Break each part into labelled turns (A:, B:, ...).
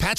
A: Matt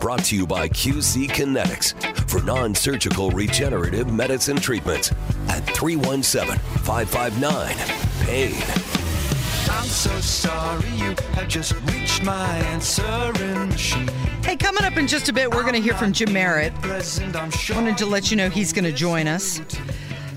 B: Brought to you by QC Kinetics for non surgical regenerative medicine treatments at 317 559 PAIN.
C: I'm so sorry you have just reached my answering machine.
D: Hey, coming up in just a bit, we're going to hear from Jim Merritt.
C: Pleasant, I'm sure.
D: Wanted to let you know he's going to join us.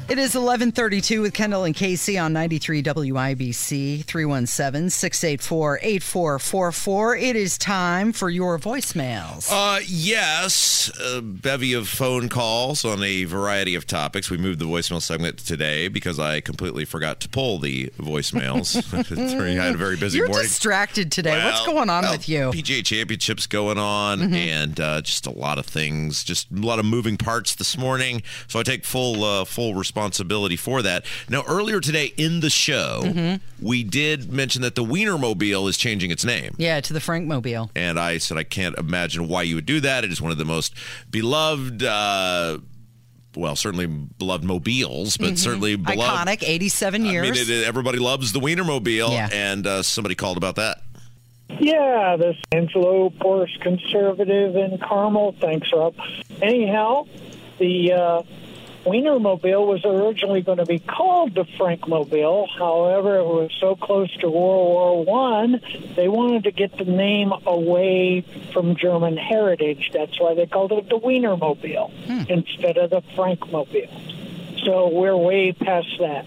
D: It is 11:32 with Kendall and Casey on 93 WIBC 317-684-8444. It is time for your voicemails.
E: Uh, yes, a bevy of phone calls on a variety of topics. We moved the voicemail segment today because I completely forgot to pull the voicemails. During- I had a very busy
D: You're
E: morning.
D: distracted today. What's
E: Well,
D: going on
E: well,
D: with you? Mm-hmm.
E: PGA championships going on, and uh, just a lot of things, just a lot of moving parts this morning. So I take full uh, full responsibility for that. Now, earlier today in the show,
D: Mm-hmm.
E: we did mention that the Wienermobile is changing its name.
D: Yeah, to the Frank Mobile.
E: And I said, I can't imagine why you would do that. It is one of the most beloved, uh, well, certainly beloved mobiles, but certainly beloved.
D: Mm-hmm. Iconic, 87
E: I
D: years.
E: mean, it, it- everybody loves the Wienermobile,
D: Yeah.
E: and uh, somebody called about that.
F: Yeah, this Angelo Porsche conservative in Carmel. Thanks, Rob. Anyhow, the uh, Wienermobile was originally going to be called the Frankmobile. However, it was so close to World War One, they wanted to get the name away from German heritage. That's why they called it the Wienermobile instead of the Frankmobile. So we're way past that.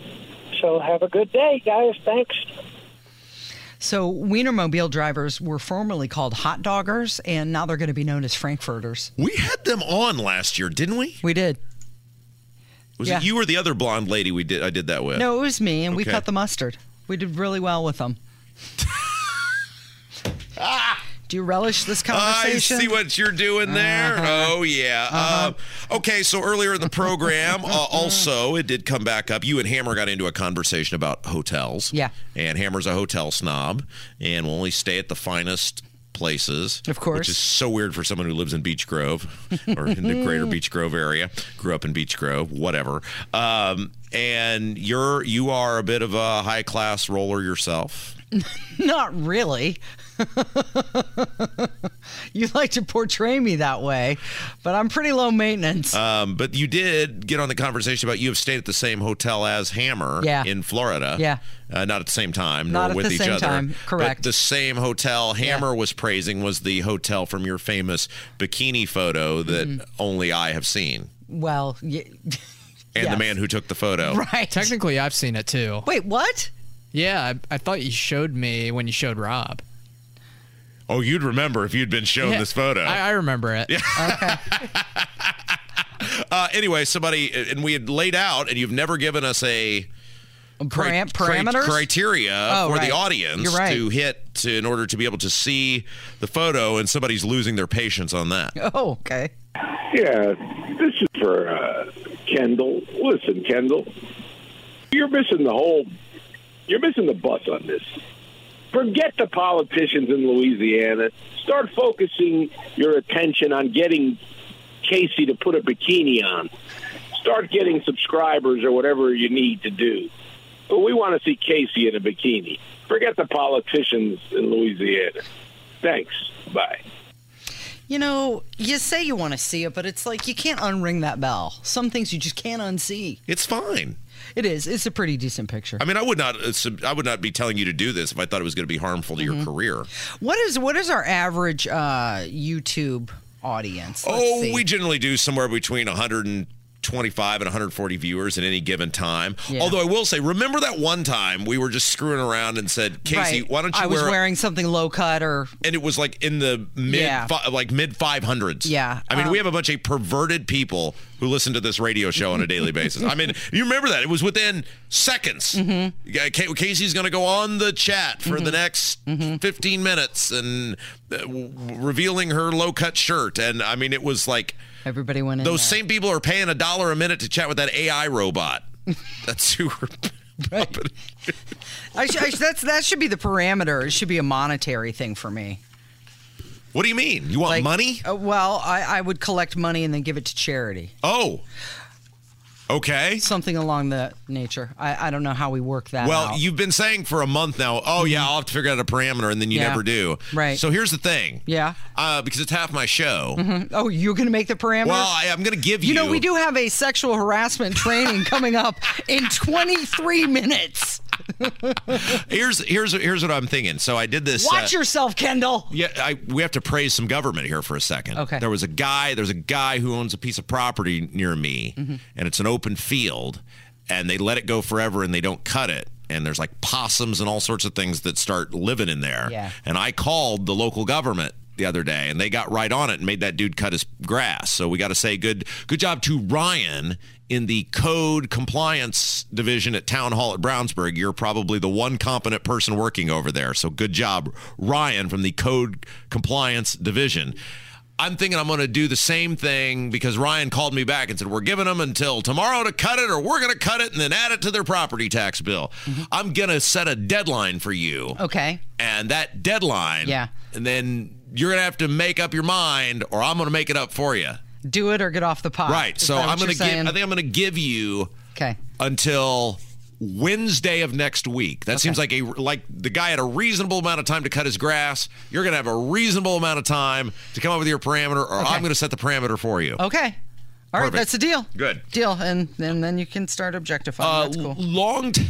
F: So have a good day, guys. Thanks.
D: So Wienermobile drivers were formerly called hot doggers, and now they're going to be known as Frankfurters.
E: We had them on last year, didn't we?
D: We did.
E: Was
D: Yeah.
E: it you or the other blonde lady we did? I did that with.
D: No, it was me, and we
E: Okay.
D: cut the mustard. We did really well with them. Do you relish this
E: I
D: conversation? Uh-huh.
E: see what you're doing there. Oh yeah. Uh, okay, so earlier in the program, uh, also it did come back up. You and Hammer got into a conversation about hotels.
D: Yeah.
E: And Hammer's a hotel snob and will only stay at the finest places.
D: Of course.
E: Which is so weird for someone who lives in Beach Grove or in the greater Beach Grove area. Grew up in Beach Grove, whatever. Um, and you're you are a bit of a high class roller yourself.
D: Not really. you like to portray me that way, but I'm pretty low maintenance.
E: Um, but you did get on the conversation about you have stayed at the same hotel as Hammer
D: Yeah.
E: in Florida.
D: Yeah.
E: Uh, not at the same time,
D: Not
E: nor
D: at
E: with
D: the
E: each
D: same
E: other.
D: time, correct.
E: But the same hotel Hammer was praising was the hotel from your famous bikini photo that
D: Mm-hmm.
E: only I have seen.
D: well, y-
E: And
D: Yes.
E: the man who took the photo.
D: right.
G: Technically, I've seen it too.
D: Wait, what?
G: Yeah, I, I thought you showed me when you showed Rob.
E: Oh, you'd remember if you'd been shown
G: Yeah,
E: this photo.
G: I, I remember it.
E: uh, anyway, somebody, and we had laid out, and you've never given us a cri-
D: Param-
E: cri-
D: parameters?
E: criteria
D: Oh,
E: for
D: right.
E: the audience
D: You're right.
E: to hit to, in order to be able to see the photo, and somebody's losing their patience on that.
D: Oh, okay.
H: Yeah, this is for uh, Kendall. Listen, Kendall, you're missing the whole. You're missing the bus on this. Forget the politicians in Louisiana. Start focusing your attention on getting Casey to put a bikini on. Start getting subscribers or whatever you need to do. But we want to see Casey in a bikini. Forget the politicians in Louisiana. Thanks. Bye.
D: You know, you say you want to see it, but it's like you can't unring that bell. Some things you just can't unsee.
E: It's fine.
D: It is. It's a pretty decent picture.
E: I mean, I would not. uh, sub- I would not be telling you to do this if I thought it was going to be harmful to
D: Mm-hmm.
E: your career.
D: What is what is our average uh, YouTube audience? Let's
E: Oh,
D: see.
E: we generally do somewhere between 125 and 140 viewers at any given time.
D: Yeah.
E: Although I will say, remember that one time we were just screwing around and said, Casey,
D: Right.
E: why don't you
D: I was
E: wear? a-
D: wearing something low cut or
E: and it was like in the mid
D: Yeah.
E: fi- like mid 500s
D: Yeah,
E: i mean
D: um,
E: we have a bunch of perverted people who listen to this radio show on a daily basis i mean you remember that it was within seconds
D: Mm-hmm.
E: Yeah, Ca- casey's going to go on the chat for the next
D: Mm-hmm.
E: 15 minutes and uh, w- revealing her low-cut shirt and i mean it was like
D: everybody went in.
E: those
D: there.
E: same people are paying a dollar a minute to chat with that ai robot that's who we're Puppet.
D: I sh- I sh- that's that should be the parameter. It should be a monetary thing for me.
E: What do you mean? You want
D: Like,
E: Oh, money?
D: Uh, well, I, I would collect money and then give it to charity.
E: Oh. Okay.
D: Something along that nature. I, I don't know how we work that.
E: Well,
D: out. Mm-hmm.
E: you've been saying for a month now, oh, yeah, I'll have to figure out a parameter, and then you
D: Yeah.
E: never do.
D: Right.
E: So here's the thing.
D: Yeah.
E: Uh, because it's half my show.
D: Oh, you're gonna make the parameter.
E: Well, I, I'm going to give you.
D: you know, we do have a sexual harassment training coming up in 23 minutes.
E: Here's here's here's what I'm thinking. So I did this.
D: Watch
E: uh,
D: yourself, Kendall.
E: Yeah, I, we have to praise some government here for a second.
D: Okay.
E: There was a guy. There's a guy who owns a piece of property near me,
D: Mm-hmm.
E: and it's an open field, and they let it go forever, and they don't cut it. And there's like possums and all sorts of things that start living in there.
D: Yeah.
E: And I called the local government the other day, and they got right on it and made that dude cut his grass. So we got to say good good job to Ryan in the code compliance division at Town Hall at Brownsburg. You're probably the one competent person working over there. So good job, Ryan from the code compliance division. I'm thinking I'm going to do the same thing because Ryan called me back and said, We're giving them until tomorrow to cut it, or we're going to cut it and then add it to their property tax bill. I'm going to set a deadline for you
D: Okay.
E: and that deadline.
D: Yeah.
E: And then you're gonna have to make up your mind, or I'm gonna make it up for you.
D: Do it or get off the pot.
E: right.
D: Uh, Is
E: So
D: that what
E: I'm gonna
D: you're
E: give.
D: saying?
E: I think I'm gonna give you
D: Okay.
E: until Wednesday of next week. That seems like a like the guy had a reasonable amount of time to cut his grass. You're gonna have a reasonable amount of time to come up with your parameter, or I'm gonna set the parameter for you.
D: Okay. All right.
E: Perfect.
D: That's a deal.
E: Good.
D: Deal. And, and then you can start objectifying.
E: Uh,
D: that's cool.
E: Long t-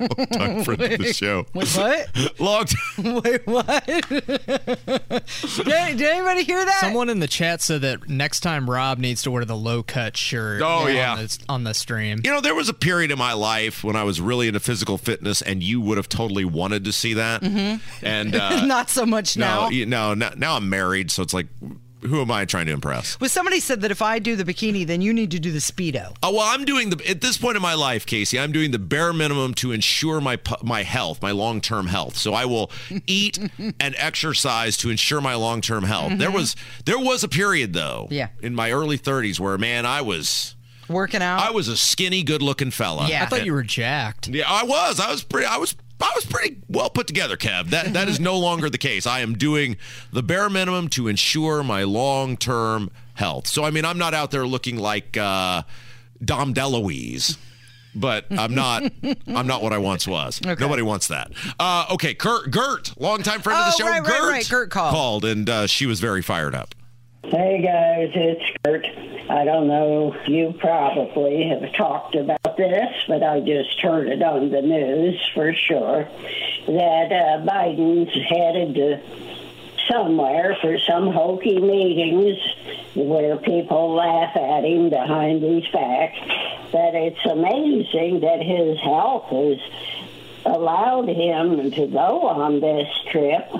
E: long time friend of the show.
D: Wait, what?
E: Long time.
D: Wait, what? did, did anybody hear that?
G: Someone in the chat said that next time Rob needs to wear the low cut shirt.
E: Oh,
G: on
E: yeah.
G: the, on the stream.
E: You know, there was a period in my life when I was really into physical fitness, and you would have totally wanted to see that. And uh,
D: Mm-hmm. Not so much
E: no,
D: now.
E: you- no, no, now I'm married, so it's like, who am I trying to impress?
D: Well, somebody said that if I do the bikini, then you need to do the speedo.
E: Oh, well, I'm doing the at this point in my life, Casey. I'm doing the bare minimum to ensure my pu- my health, my long term health. So I will eat and exercise to ensure my long term health. There was there was a period though,
D: Mm-hmm. Yeah.
E: in my early 30s where man, I was
D: Working out.
E: I was a skinny, good looking fella.
D: Oh. Yeah.
G: I thought you were jacked.
E: Yeah, I was. I was pretty. I was. I was pretty well put together, Kev. That that is no longer the case. I am doing the bare minimum to ensure my long term health. So I mean, I'm not out there looking like uh, Dom DeLuise, but I'm not. I'm not what I once was. Nobody wants that. Uh, okay, Kurt, Gert, longtime friend of the
D: Oh,
E: show.
D: right, right,
E: Gert
D: right. Gert called.
E: and uh, she was very fired up.
I: Hey guys, it's Kurt. I don't know, you probably have talked about this, but I just heard it on the news for sure that uh, Biden's headed to somewhere for some hokey meetings where people laugh at him behind his back. But it's amazing that his health is allowed him to go on this trip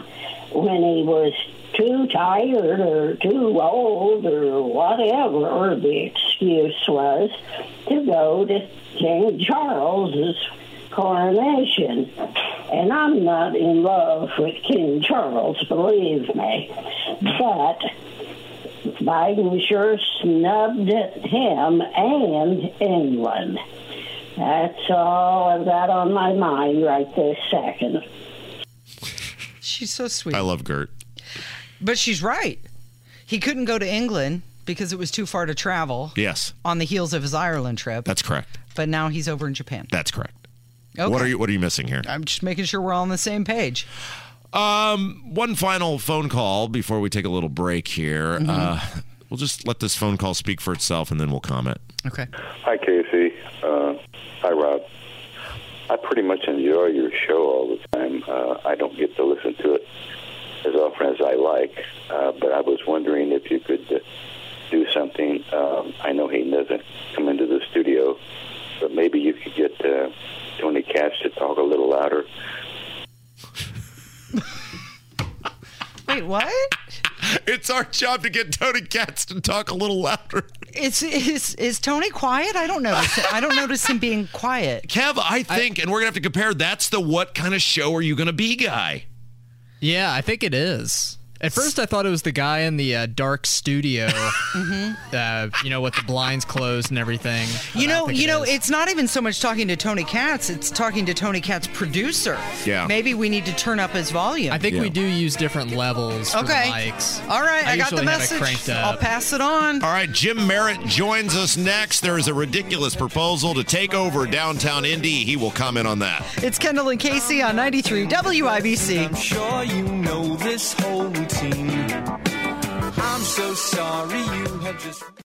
I: when he was too tired or too old or whatever the excuse was to go to King Charles's coronation. And I'm not in love with King Charles, believe me. But Biden sure snubbed him and England. That's all I've got on my mind right this second.
D: She's so sweet.
E: I love Gert.
D: But she's right. He couldn't go to England because it was too far to travel
E: Yes,
D: on the heels of his Ireland trip.
E: that's correct.
D: but now he's over in Japan.
E: That's correct.
D: Okay.
E: What are you What are you missing here?
D: I'm just making sure we're all on the same page.
E: Um, one final phone call before we take a little break here. Uh, we'll just let this phone call speak for itself, and then we'll comment.
D: Okay.
J: Hi, Casey. Uh, hi, Rob. I pretty much enjoy your show all the time. Uh, I don't get to listen to it as often as I like, uh, but I was wondering if you could uh, do something. Um, I know he doesn't come into the studio, but maybe you could get uh, Tony Cash to talk a little louder.
D: Wait, what?
E: It's our job to get Tony Katz to talk a little louder.
D: It's is is Tony quiet? I don't notice. It. I don't notice him being quiet.
E: Kev, I think, and we're gonna have to compare. That's the what kind of show are you gonna be guy?
G: Yeah, I think it is. At first, I thought it was the guy in the uh, dark studio, uh, you know, with the blinds closed and everything.
D: You
G: But I
D: know,
G: think
D: you
G: it
D: know,
G: is.
D: it's not even so much talking to Tony Katz; it's talking to Tony Katz producer.
G: Yeah.
D: Maybe we need to turn up his volume.
G: I think we do use different levels for
D: Okay.
G: the mics.
D: All right, I, got the
G: usually have it
D: message.
G: cranked up.
D: I'll pass it on.
E: All right, Jim Merritt joins us next. There is a ridiculous proposal to take over downtown Indy. He will comment on that.
D: It's Kendall and Casey on 93 WIBC.
C: I'm sure you know this whole routine. I'm so sorry you have just.